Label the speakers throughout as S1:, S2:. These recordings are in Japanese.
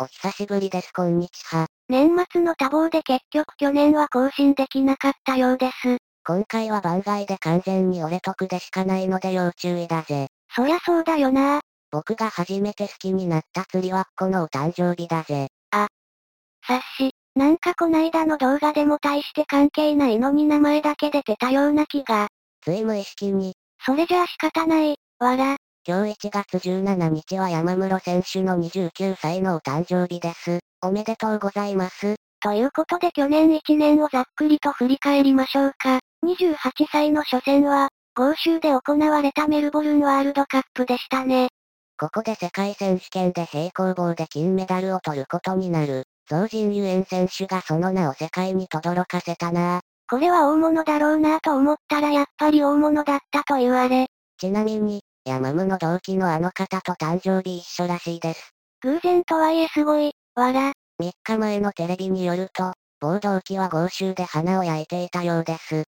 S1: お久しぶりですこんにちは。
S2: 年末の多忙で結局去年は更新できなかったようです。
S1: 今回は番外で完全に俺得でしかないので要注意だぜ。
S2: そりゃそうだよな
S1: 僕が初めて好きになった釣りはっこのお誕生日だぜ。
S2: 察し。なんかこないだの動画でも大して関係ないのに名前だけ出てたような気が。
S1: つい無意識に、
S2: それじゃあ仕方ない。わら。
S1: 今日1月17日は山室選手の29歳のお誕生日です。おめでとうございます。
S2: ということで去年1年をざっくりと振り返りましょうか。28歳の初戦は、豪州で行われたメルボルンワールドカップでしたね。
S1: ここで世界選手権で平行棒で金メダルを取ることになる。増人ユエン選手がその名を世界に轟かせたなあ
S2: これは大物だろうなと思ったらやっぱり大物だったと言われ、
S1: ちなみに、ヤマムの同期のあの方と誕生日一緒らしいです。
S2: 偶然とはいえすごい。わら。
S1: 3日前のテレビによると、暴動機は豪州で花を焼いていたようです。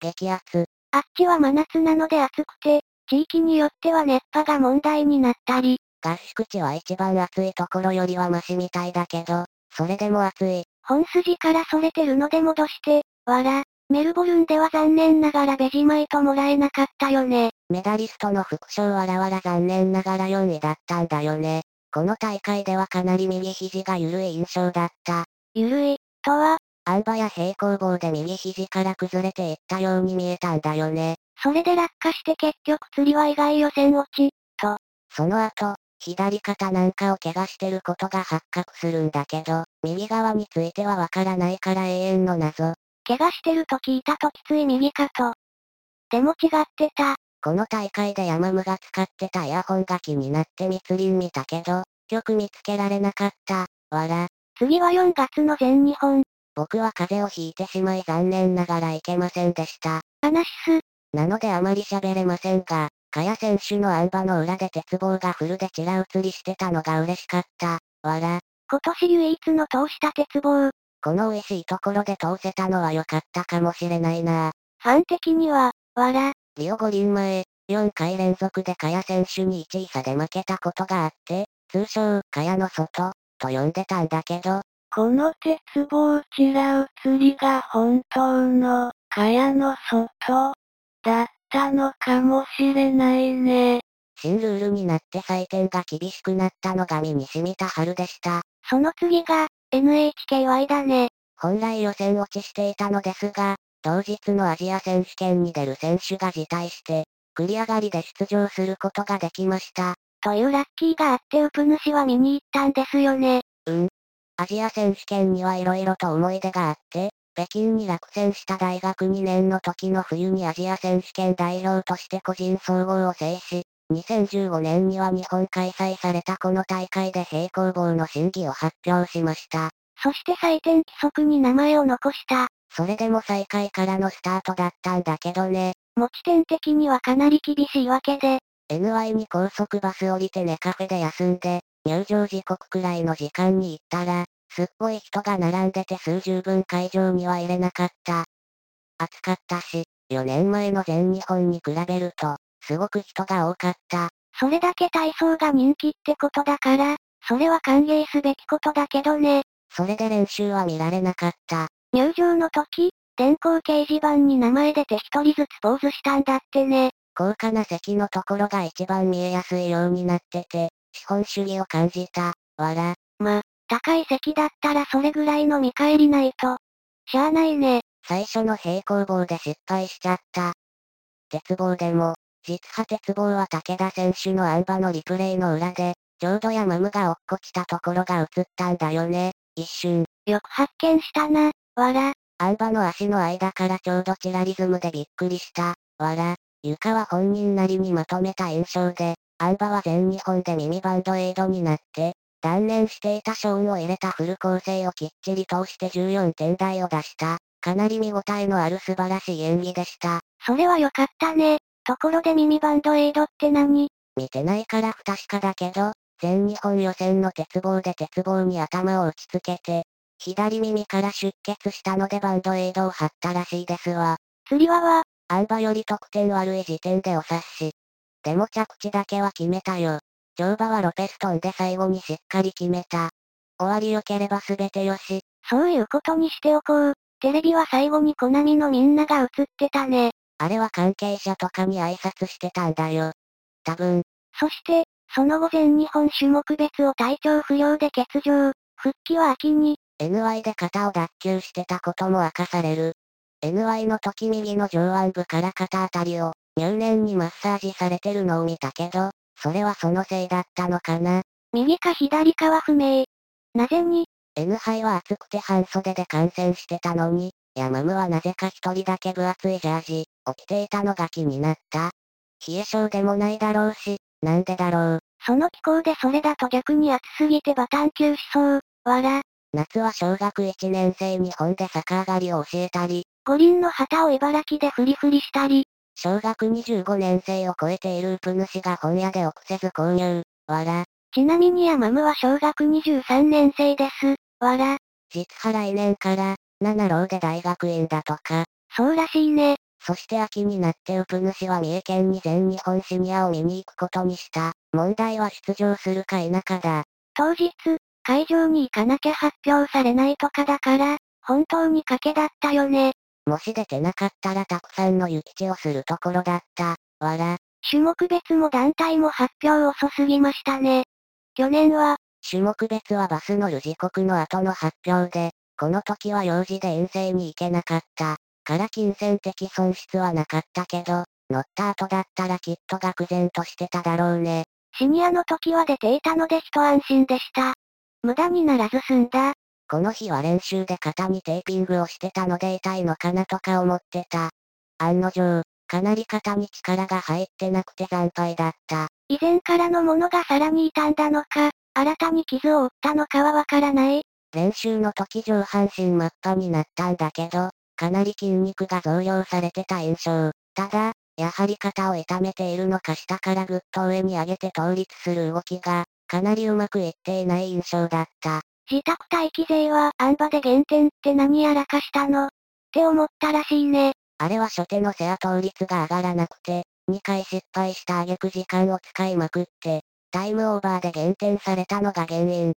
S1: 激アツ、
S2: あっちは真夏なので暑くて、地域によっては熱波が問題になったり、
S1: 合宿地は一番暑いところよりはマシみたいだけど、それでも暑い。
S2: 本筋からそれてるので戻して、わら。メルボルンでは残念ながらベジマイトもらえなかったよね。
S1: メダリストの副賞わらわら残念ながら4位だったんだよね。この大会ではかなり右肘が緩い印象だった。
S2: ゆるい、とは、
S1: アンバや平行棒で右肘から崩れていったように見えたんだよね。
S2: それで落下して結局釣りは意外予選落ち、
S1: その後、左肩なんかを怪我してることが発覚するんだけど、右側についてはわからないから永遠の謎。
S2: 怪我してると聞いたときつい右かと。でも違ってた。
S1: この大会でヤマムが使ってたイヤホンが気になって密林見たけど、よく見つけられなかった。わら、
S2: 次は4月の全日本、
S1: 僕は風邪をひいてしまい残念ながら行けませんでした。
S2: アナシス、
S1: なのであまり喋れませんが、カヤ選手の安場の裏で鉄棒がフルでチラ移りしてたのが嬉しかった。わら、
S2: 今年唯一の通した鉄棒、フ
S1: この美味しいところで通せたのは良かったかもしれないな。
S2: ァン的には、わら、
S1: リオ五輪前、4回連続でカヤ選手に1位差で負けたことがあって、通称、カヤの外、と呼んでたんだけど、
S3: この鉄棒ちら移りが本当の、蚊帳の外、だったのかもしれないね。
S1: 新ルールになって採点が厳しくなったのが身に染みた春でした。
S2: その次が、NHKY だね。
S1: 本来予選落ちしていたのですが、同日のアジア選手権に出る選手が辞退して、繰り上がりで出場することができました。
S2: というラッキーがあってウプ主は見に行ったんですよね。
S1: アジア選手権には色々と思い出があって、北京に落選した大学2年の時の冬にアジア選手権代表として個人総合を制し、2015年には日本開催されたこの大会で平行棒の審議を発表しました。
S2: そして採点規則に名前を残した。
S1: それでも最下位からのスタートだったんだけどね、
S2: 持ち点的にはかなり厳しいわけで、
S1: NY に高速バス降りて寝カフェで休んで、入場時刻くらいの時間に行ったら、すっごい人が並んでて数十分会場には入れなかった。暑かったし、4年前の全日本に比べると、すごく人が多かった。
S2: それだけ体操が人気ってことだから、それは歓迎すべきことだけどね。
S1: それで練習は見られなかった。
S2: 入場の時、電光掲示板に名前出て一人ずつポーズしたんだってね。
S1: 高価な席のところが一番見えやすいようになってて、資本主義を感じた。わら。
S2: 高い席だったらそれぐらいの見返りないと。しゃあないね。
S1: 最初の平行棒で失敗しちゃった。鉄棒でも、実破鉄棒は武田選手のあん馬のリプレイの裏で、ちょうどヤマムが落っこちたところが映ったんだよね。一瞬、
S2: よく発見したな。わら。
S1: あん馬の足の間からちょうどチラリズムでびっくりした。わら、床は本人なりにまとめた印象で、あん馬は全日本で耳バンドエイドになって、断念していたショーンを入れたフル構成をきっちり通して14点台を出した。かなり見応えのある素晴らしい演技でした。
S2: それは良かったね。ところで耳バンドエイドって何
S1: 見てないから不確かだけど、全日本予選の鉄棒で鉄棒に頭を打ちつけて、左耳から出血したのでバンドエイドを貼ったらしいですわ。
S2: 釣り輪は、
S1: アンバより得点悪い時点でお察し。でも着地だけは決めたよ。乗馬はロペストンで最後にしっかり決めた。終わり良ければ全てよし。
S2: そういうことにしておこう。テレビは最後にコナミのみんなが映ってたね。
S1: あれは関係者とかに挨拶してたんだよ。多分、
S2: そして、その後全日本種目別を体調不良で欠場。復帰は秋に、
S1: NY で肩を脱臼してたことも明かされる。NY の時右の上腕部から肩あたりを入念にマッサージされてるのを見たけど、それはそのせいだったのかな。
S2: 右か左かは不明。なぜに、
S1: N 杯は暑くて半袖で感染してたのに、ヤマムはなぜか一人だけ分厚いジャージを着ていたのが気になった。冷え性でもないだろうし、なんでだろう。
S2: その気候でそれだと逆に暑すぎてバタン級しそう。わら、
S1: 夏は小学1年生に本で逆上がりを教えたり、
S2: 五輪の旗を茨城でフリフリしたり、
S1: 小学25年生を超えているウプ主が本屋で臆せず購入。わら、
S2: ちなみにヤマムは小学23年生です。わら、
S1: 実は来年から、七郎で大学院だとか。
S2: そうらしいね。
S1: そして秋になってウプ主は三重県に全日本シニアを見に行くことにした。問題は出場するか否かだ。
S2: 当日、会場に行かなきゃ発表されないとかだから、本当に賭けだったよね。
S1: もし出てなかったらたくさんの諭吉をするところだった。わら、
S2: 種目別も団体も発表遅すぎましたね。去年は、
S1: 種目別はバス乗る時刻の後の発表で、この時は用事で遠征に行けなかった。から金銭的損失はなかったけど、乗った後だったらきっと愕然としてただろうね。
S2: シニアの時は出ていたので一安心でした。無駄にならず済んだ。
S1: この日は練習で肩にテーピングをしてたので痛いのかなとか思ってた。案の定、かなり肩に力が入ってなくて惨敗だった。
S2: 以前からのものがさらに傷んだのか、新たに傷を負ったのかはわからない。
S1: 練習の時上半身真っ赤になったんだけど、かなり筋肉が増量されてた印象。ただ、やはり肩を痛めているのか下からぐっと上に上げて倒立する動きが、かなりうまくいっていない印象だった。
S2: 自宅待機勢は、あんばで減点って何やらかしたのって思ったらしいね。
S1: あれは初手の背ア倒立が上がらなくて、2回失敗した挙句時間を使いまくって、タイムオーバーで減点されたのが原因。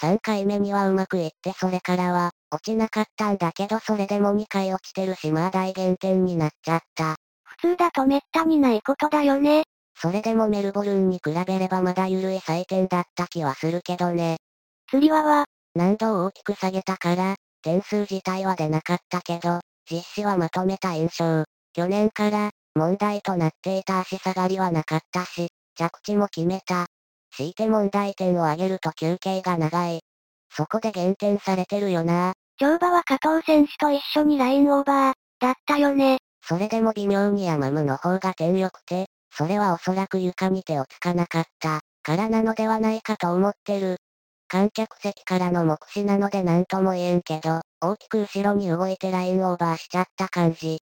S1: 3回目にはうまくいってそれからは、落ちなかったんだけどそれでも2回落ちてるしまあ大減点になっちゃった。
S2: 普通だとめったにないことだよね。
S1: それでもメルボルンに比べればまだ緩い採点だった気はするけどね。
S2: 釣り輪は、
S1: 難度を大きく下げたから、点数自体は出なかったけど、実施はまとめた印象。去年から、問題となっていた足下がりはなかったし、着地も決めた。強いて問題点を上げると休憩が長い。そこで減点されてるよな。
S2: 乗馬は加藤選手と一緒にラインオーバー、だったよね。
S1: それでも微妙にヤマムの方が点良くて、それはおそらく床に手をつかなかった、からなのではないかと思ってる。観客席からの目視なので何とも言えんけど、大きく後ろに動いてラインオーバーしちゃった感じ。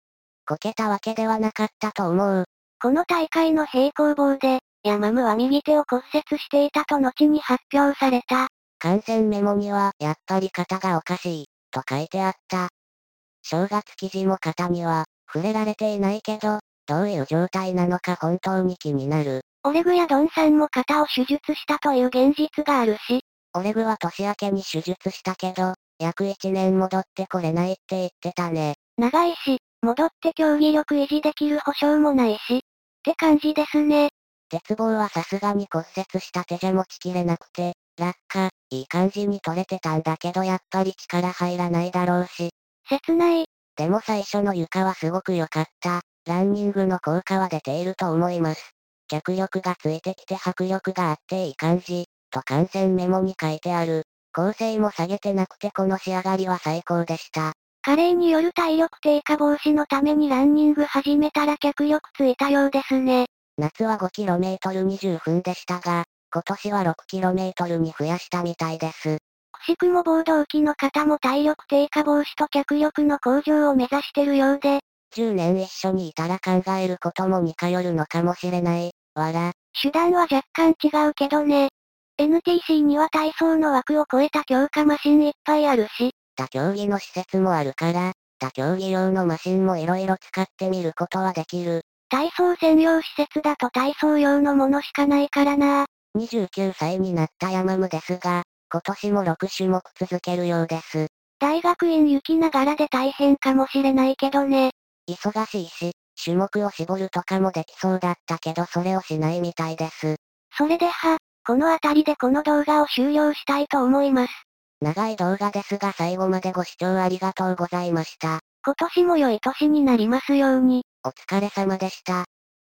S1: こけたわけではなかったと思う。
S2: この大会の平行棒で、ヤマムは右手を骨折していたと後に発表された。
S1: 感染メモには、やっぱり肩がおかしい、と書いてあった。正月記事も肩には、触れられていないけど、どういう状態なのか本当に気になる。
S2: オレグやドンさんも肩を手術したという現実があるし、
S1: オレグは年明けに手術したけど、約1年戻ってこれないって言ってたね。
S2: 長いし、戻って競技力維持できる保証もないし、って感じですね。
S1: 鉄棒はさすがに骨折した手じゃ持ちきれなくて、落下、いい感じに取れてたんだけどやっぱり力入らないだろうし。
S2: 切ない、
S1: でも最初の床はすごく良かった。ランニングの効果は出ていると思います。脚力がついてきて迫力があっていい感じ、と感染メモに書いてある。構成も下げてなくてこの仕上がりは最高でした。
S2: 加齢による体力低下防止のためにランニング始めたら脚力ついたようですね。
S1: 夏は 5km20 分でしたが、今年は 6km に増やしたみたいです。
S2: くしくも暴動期の方も体力低下防止と脚力の向上を目指してるようで、
S1: 10年一緒にいたら考えることも似通るのかもしれない。わら、
S2: 手段は若干違うけどね。NTC には体操の枠を超えた強化マシンいっぱいあるし、
S1: 他競技の施設もあるから、他競技用のマシンもいろいろ使ってみることはできる。
S2: 体操専用施設だと体操用のものしかないからな
S1: 29歳になったヤマムですが、今年も6種目続けるようです。
S2: 大学院行きながらで大変かもしれないけどね。
S1: 忙しいし、種目を絞るとかもできそうだったけどそれをしないみたいです。
S2: それでは、この辺りでこの動画を終了したいと思います。
S1: 長い動画ですが最後までご視聴ありがとうございました。
S2: 今年も良い年になりますように。
S1: お疲れ様でした。